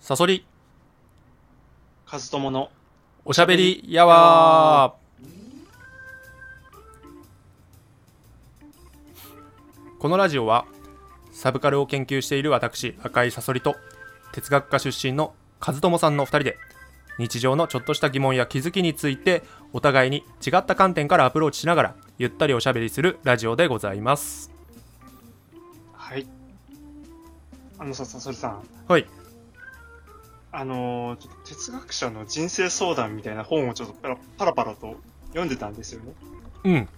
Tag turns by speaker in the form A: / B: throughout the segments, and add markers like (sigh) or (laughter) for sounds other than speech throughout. A: サソリ、
B: カズトモの
A: おしゃべりやわーこのラジオは、サブカルを研究している私、赤井サソリと、哲学科出身の和友さんの2人で、日常のちょっとした疑問や気づきについて、お互いに違った観点からアプローチしながら、ゆったりおしゃべりするラジオでございます。
B: はいあのささそれさん
A: はい。
B: あのーちょっと哲学者の人生相談みたいな本をちょっとパラパラパラと読んでたんですよね
A: うん。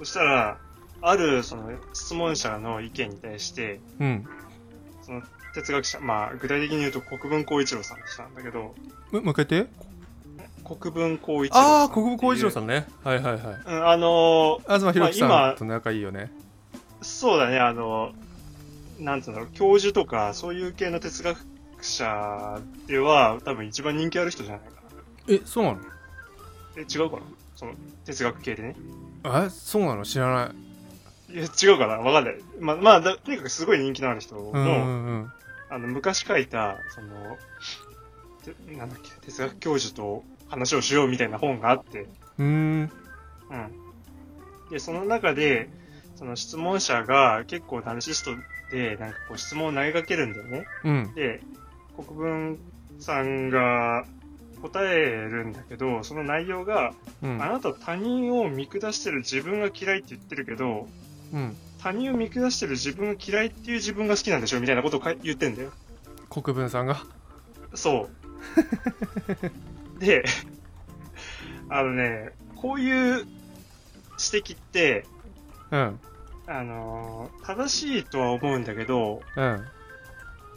B: そしたらあるその質問者の意見に対して
A: うん。
B: その哲学者まあ具体的に言うと国分光一郎さんでしたんだけど
A: む、向けて
B: 国分光一郎
A: ああ、
B: っていう
A: 国分光一郎さんね。はいはいはい。
B: うんあのー
A: 東博樹
B: まあ
A: さん
B: 今
A: と仲いいよね。
B: そうだね、あの、なんつうの、教授とか、そういう系の哲学者では、多分一番人気ある人じゃないかな。
A: え、そうなの
B: え、違うかなその、哲学系でね。
A: えそうなの知らない
B: いや、違うかなわかんない。ま、まあ、だとにかくすごい人気のある人の、
A: うんうんうん
B: あの、昔書いた、その、てなんだっけ、哲学教授と話をしようみたいな本があって、
A: うーん
B: うん。で、その中で、その質問者が結構ナルシストで、なんかこう質問を投げかけるんだよね。
A: うん
B: で、国分さんが答えるんだけど、その内容が、
A: う
B: あ
A: ん
B: なた他人を見下してる自分が嫌いって言ってるけど、
A: うん
B: 他人を見下してる自分が嫌いっていう自分が好きなんでしょみたいなことをか言ってんだよ。
A: 国分さんが
B: そう。
A: (laughs)
B: で、あのね、こういう指摘って、
A: うん
B: あのー正しいとは思うんだけど、
A: うん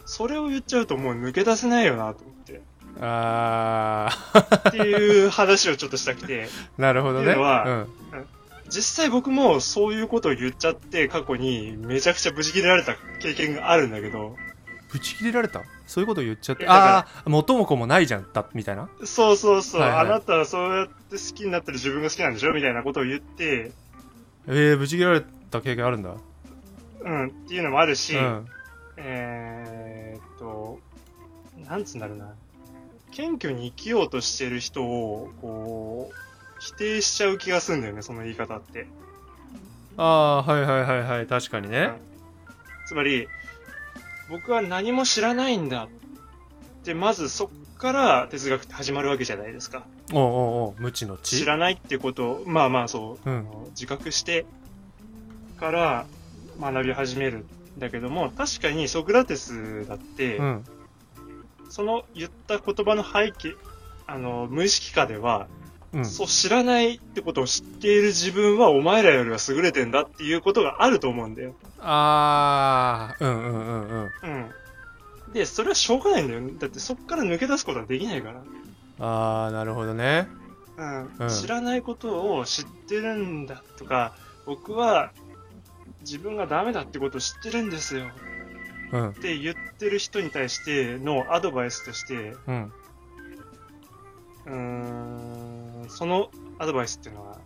B: それを言っちゃうともう抜け出せないよなと思って。
A: あ
B: っていう話をちょっとしたくて。
A: ーなるほど
B: って
A: ね
B: いうのは
A: うん
B: 実際僕もそういうことを言っちゃって過去にめちゃくちゃ無事切れられた経験があるんだけど、
A: ぶち切れられたそういうこと言っちゃっ
B: い
A: て
B: やだから
A: ああ元も子もないじゃんだみたいな
B: そうそうそう、
A: はいはい
B: あなたはそうやって好きになってる自分が好きなんでしょみたいなことを言って、
A: えー、ぶち切れられた経験あるんだ
B: うん、っていうのもあるし、
A: うん
B: えーっと、なんつうんだろうな。謙虚に生きようとしてる人を、こう、否定しちゃう気がするんだよね、その言い方って。
A: ああーはいはいはいはい確かにね
B: つまり、僕は何も知らないんだって、まずそっから哲学って始まるわけじゃないですか。
A: おうおうおう無知の知
B: 知らないっていうことを、まあまあそう、
A: うん
B: あの自覚してから学び始めるんだけども、確かにソクラテスだって、
A: うん
B: その言った言葉の背景、あの、無意識下では、
A: うん
B: そう知らないってことを知っている自分はお前らよりは優れてんだっていうことがあると思うんだよ。
A: ああうんうんうんうん
B: うん。で、それはしょうがないんだよ。だってそっから抜け出すことはできないか
A: ああなるほどね
B: ら。うん。
A: うん
B: 知らないことを知ってるんだとか、僕は自分がダメだってことを知ってるんですよ
A: うん
B: って言ってる人に対してのアドバイスとして、
A: うん
B: うーん、そのアドバイスっていうのは、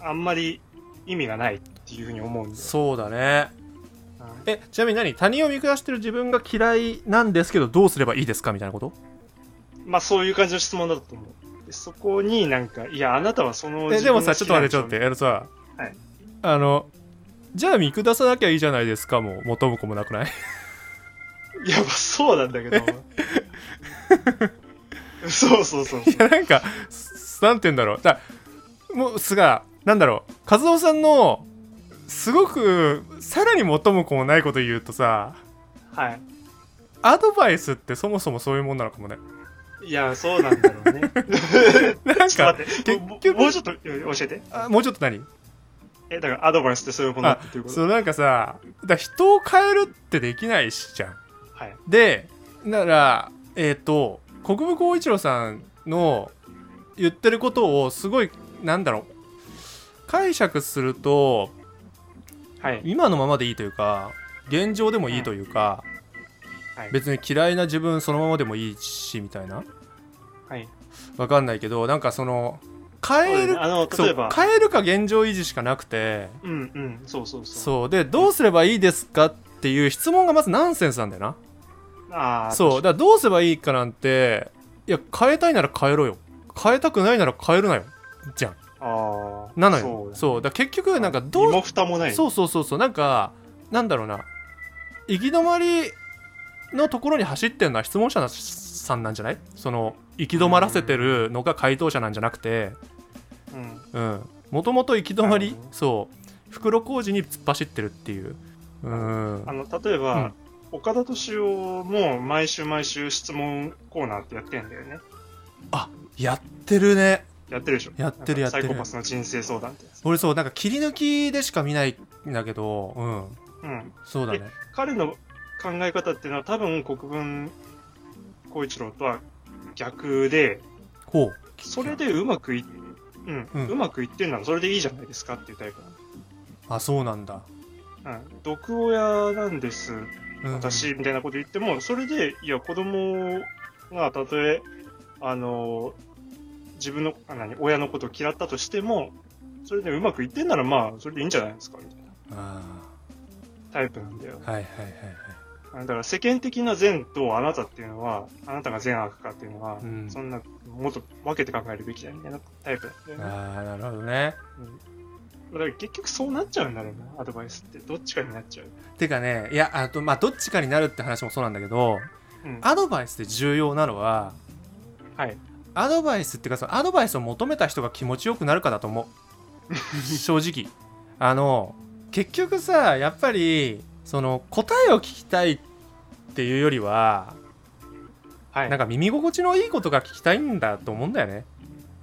B: あんまり意味がないっていうふうに思うんです。
A: そうだね
B: うん
A: えちなみに何他人を見下してる自分が嫌いなんですけどどうすればいいですかみたいなこと
B: まあそういう感じの質問だと思う。でそこになんか、いや、あなたはそ
A: え
B: の自
A: で
B: 分
A: もさ
B: が好
A: ちょっ
B: き
A: と
B: な
A: 待
B: ん
A: っ
B: で
A: て
B: し
A: ち
B: ょ
A: ょっと待ってあのさ、
B: はい
A: あのじゃあ見下さなきゃいいじゃないですかもう元も子もなくない (laughs)
B: いや、まあそうなんだけど。
A: (laughs)
B: そうそうそう。
A: いやなんかすなんて言うんだろうだもうすがなんだろう和夫さんのすごくさらに元も子もないこと言うとさ
B: は
A: アドバイスってそもそもそういうもんなのかもね
B: い。いや、そうなんだろ (laughs) うね。
A: なん
B: ちょっ
A: か
B: と待って、
A: 結
B: も
A: 局
B: もうちょっといや教えて。
A: あもうちょっと何
B: え、だからアドバイスってそういうものだっていうこと
A: そうなんかさだから人を変えるってできないしじゃん
B: はい。
A: でならえっ、と国分光一郎さんの言ってることをすごいなんだろう解釈すると
B: はい。
A: 今のままでいいというか現状でもいいというか、
B: はい
A: 別に嫌いな自分そのままでもいいしみたいな
B: はい。
A: わかんないけどなんかその
B: そう
A: 変え
B: だ
A: る
B: ねあの、
A: そう
B: 例えば、
A: 変えるか現状維持しかなくて
B: うんうん、そうそうそう。
A: そうでどうすればいいですかっていう質問がまずナンセンスなんだよな
B: うああ、
A: そうだ
B: 確
A: からどうすればいいかなんていや変えたいなら変えろよ変えたくないなら変えるなよじゃん
B: かに。ああ。
A: なのよ
B: そうだ
A: そうだから結局なんかど
B: 身
A: う
B: も蓋もない。
A: そうそうそうそうなんかなんだろうな行き止まりのところに走ってるのは質問者さんなんじゃないその行き止まらせてるのが回答者なんじゃなくて
B: う
A: う
B: ん。
A: んもともと行き止ま
B: な
A: り
B: るほど
A: そう袋小路に突っ走ってるっていううん
B: あの、例え
A: う
B: ば
A: ん、
B: 岡田敏夫も毎週毎週質問コーナーってやってんだよね。
A: あやってるね
B: やってるでしょ
A: やってる
B: なんか
A: やってる
B: サイコパスの人生相談ってやつ。
A: 俺そうなんか切り抜きでしか見ないんだけどうん
B: うん。
A: そうだね
B: 彼の考え方っていうのは多分国分光一郎とは逆で、
A: ほう
B: それでうまくいっ、うん、
A: う
B: うんまくいってるならそれでいいじゃないですかっていうタイプ
A: あそうなんだ、
B: なの。うん。毒親なんです、
A: うん
B: 私、みたいなこと言っても、それで、いや、子供がたとえ、あの、自分の、あ何、親のことを嫌ったとしても、それでうまくいってんなら、まあ、それでいいんじゃないですか、みたいな
A: あ
B: タイプなんだよ。
A: ーはいはいはいはい
B: あのだから世間的な善とあなたっていうのは、あなたが善悪かっていうのは、
A: うん
B: そんな、もっと分けて考えるべきだみたいなタイプなんだよね。
A: あーなるほどね
B: だから結局そうなっちゃうんだろうな、アドバイスって。どっちかになっちゃう。
A: てかねいやあとまあどっちかになるって話もそうなんだけど
B: うん。
A: アドバイスで重要なのは
B: はい。
A: アドバイスっていうかそのアドバイスを求めた人が気持ちよくなるかだと思
B: (laughs)
A: う正直あの結局さやっぱりその答えを聞きたいっていうよりは
B: はい。
A: なんか耳心地のいいことが聞きたいんだと思うんだよね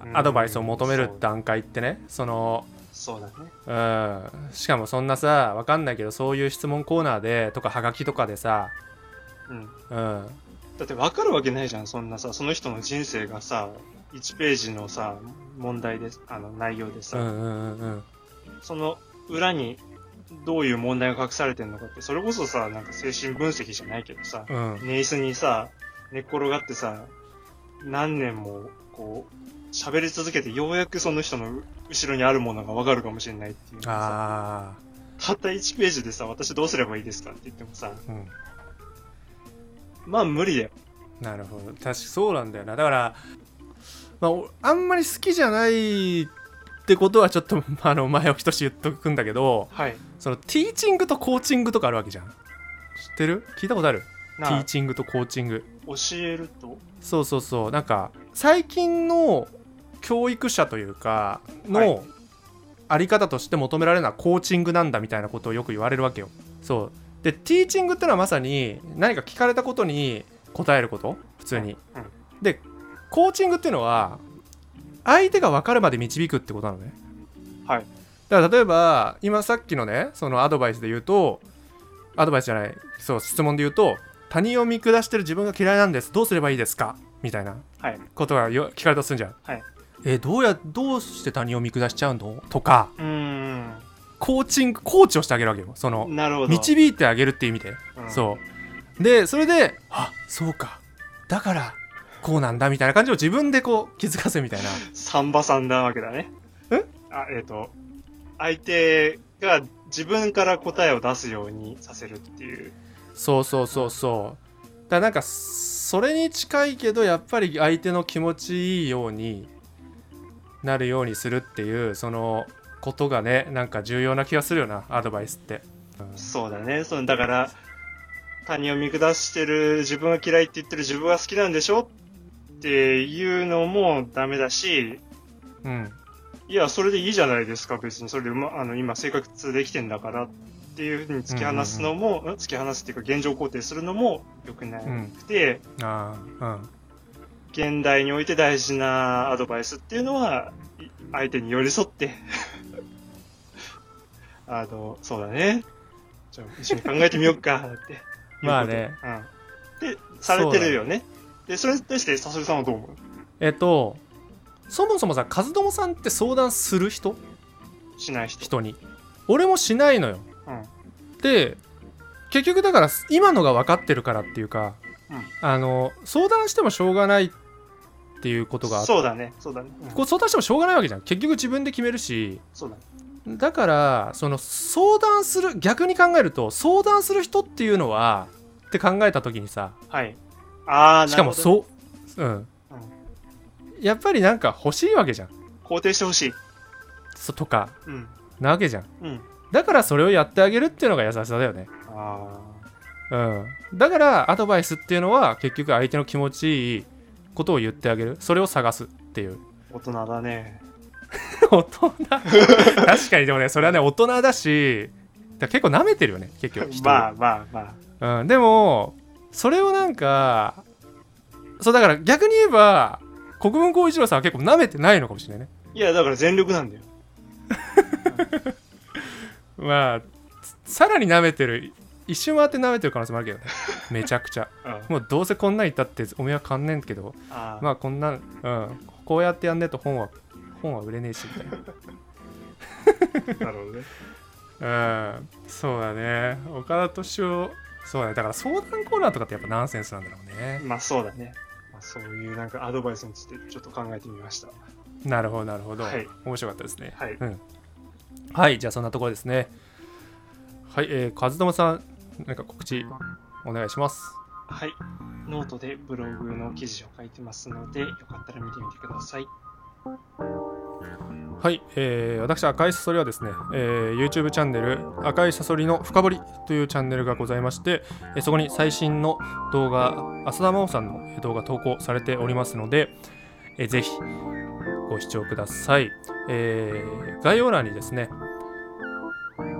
B: うん
A: アドバイスを求める
B: そう
A: 段階ってねその
B: そうだね。
A: うんしかもそんなさわかんないけどそういう質問コーナーでとかはがきとかでさ
B: うん。
A: うん
B: だって分かるわけないじゃん、そんなさ、その人の人生がさ、1ページのさ、問題です、あの、内容で
A: う
B: さ、
A: んうんうん
B: その裏にどういう問題が隠されてるのかって、それこそさ、なんか精神分析じゃないけどさ、
A: うんうん
B: 寝椅子にさ、寝っ転がってさ、何年も、こう、喋り続けて、ようやくその人の後ろにあるものが分かるかもしれないっていうさ、
A: あ
B: たった1ページでさ、私どうすればいいですかって言ってもさ、
A: あうん
B: まあ無理だよ。
A: なるほど確かそうなんだよなだから、まあ、おあんまり好きじゃないってことはちょっと (laughs) あの前置きとして言っとくんだけど
B: はい。
A: そのティーチングとコーチングとかあるわけじゃん知ってる聞いたことあるティ
B: な
A: ー
B: あ
A: チングとコーチング
B: 教えると、
A: そうそうそうなんか最近の教育者というか
B: は
A: のあり方として求められるのはコーチングなんだみたいなことをよく言われるわけよそうでティーチングってのはまさに何か聞かれたことに答えること普通に、
B: うんうん
A: でコーチングっていうのは相手が分かるまで導くってことなのね
B: はい
A: だから例えば今さっきのねそのアドバイスで言うとアドバイスじゃないそう質問で言うと他人を見下してる自分が嫌いなんですどうすればいいですかみたいな
B: はい
A: ことがよ聞かれたとするんじゃん、
B: はい
A: えどうやどうして他人を見下しちゃうのとか
B: うーん。
A: コーチングコーチをしてあげるわけよその
B: なるほど。
A: 導いてあげるっていう意味で、
B: うん
A: そうでそれであそうかだからこうなんだみたいな感じを自分でこう気づかせみたいな
B: サンバさんなわけだね。
A: え
B: あ、えっ、と、相手が自分から答えを出すようにさせるっていう。
A: そうそうそうそうだからなんかそれに近いけどやっぱり相手の気持ちいいようになるようにするっていうそのことがねなんか重要な気がするよなアドバイスって、うん
B: そうだね。その、だから、他人を見下してる、自分が嫌いって言ってる自分が好きなんでしょっていうのもダメだし、
A: うん、
B: いや、それでいいじゃないですか、別に。それで、ま、あの、今、生活できてんだからっていうふうに突き放すのも、ん突き放すっていうか、現状肯定するのも良くなくて、
A: ああうん
B: 現代において大事なアドバイスっていうのは、い相手に寄り添って、 (laughs) あの、そうだね。じゃあ一緒に考えてみようか、っていうことで。
A: まあね
B: うん。で、されてるよね。で、それに対して、さそりさんはどう思う
A: えっとそもそもさ和友さんって相談する人
B: しない人。
A: 人に俺もしないのよ
B: うん。
A: で結局だから今のが分かってるからっていうか、
B: うん
A: あの相談してもしょうがないっていうことがあって
B: そうだね。そうだね。うん
A: こう相談してもしょうがないわけじゃん結局自分で決めるし
B: そうだね。
A: だからその相談する逆に考えると相談する人っていうのはって考えた時にさ
B: はい。ああ、
A: しかも
B: う。
A: そう、うん、やっぱりなんか欲しいわけじゃん
B: 肯定してほしい。
A: そとか
B: うん。
A: なわけじゃん
B: うん。
A: だからそれをやってあげるっていうのが優しさだよね
B: あ
A: うん、だからアドバイスっていうのは結局相手の気持ちいいことを言ってあげるそれを探すっていう
B: あ、大人だね。
A: 大人 (laughs) 確かにでもねそれはね大人だしだから結構舐めてるよね結局人を
B: (laughs) まあまあまあ。
A: うん、でもそれをなんかそうだから逆に言えば国分光一郎さんは結構舐めてないのかもしれないね
B: いや、だから全力なんだよ。
A: まあつさらに舐めてる一瞬回って舐めてる可能性もあるけどねめちゃくちゃ
B: うん。
A: もうどうせこんなん言ったっておめはかんねんけど
B: あー
A: まあこんな、うん、こうやってやんねえと本は本は売れねえしみたい
B: なるほどね。
A: な。うん、そうだね。岡田敏夫、そうだね。だから相談コーナーとかってやっぱナンセンスなんだろうね。
B: まあそうだね。まあ、そういうなんかアドバイスについてちょっと考えてみました。
A: なるほど、なるほど。
B: はい
A: 面白かったですね。
B: はい。
A: うん。はい、じゃあそんなところですね。はい、えー、和友さん、なんか告知お願いします。
B: はい。ノートでブログの記事を書いてますので、よかったら見てみてください。
A: はい、えー私赤いサソリはですね、えー YouTube チャンネル赤いサソリの深掘りというチャンネルがございまして、えーそこに最新の動画浅田真央さんのえー動画投稿されておりますので、えーぜひご視聴ください、えー概要欄にですね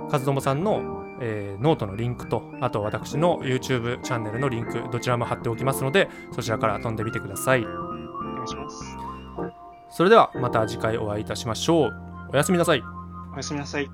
A: 和友さんの、えーノートのリンクとあと私の YouTube チャンネルのリンクどちらも貼っておきますのでそちらから飛んでみてください
B: お願いします。
A: それではまた次回お会いいたしましょうおやすみなさい
B: おやすみなさい。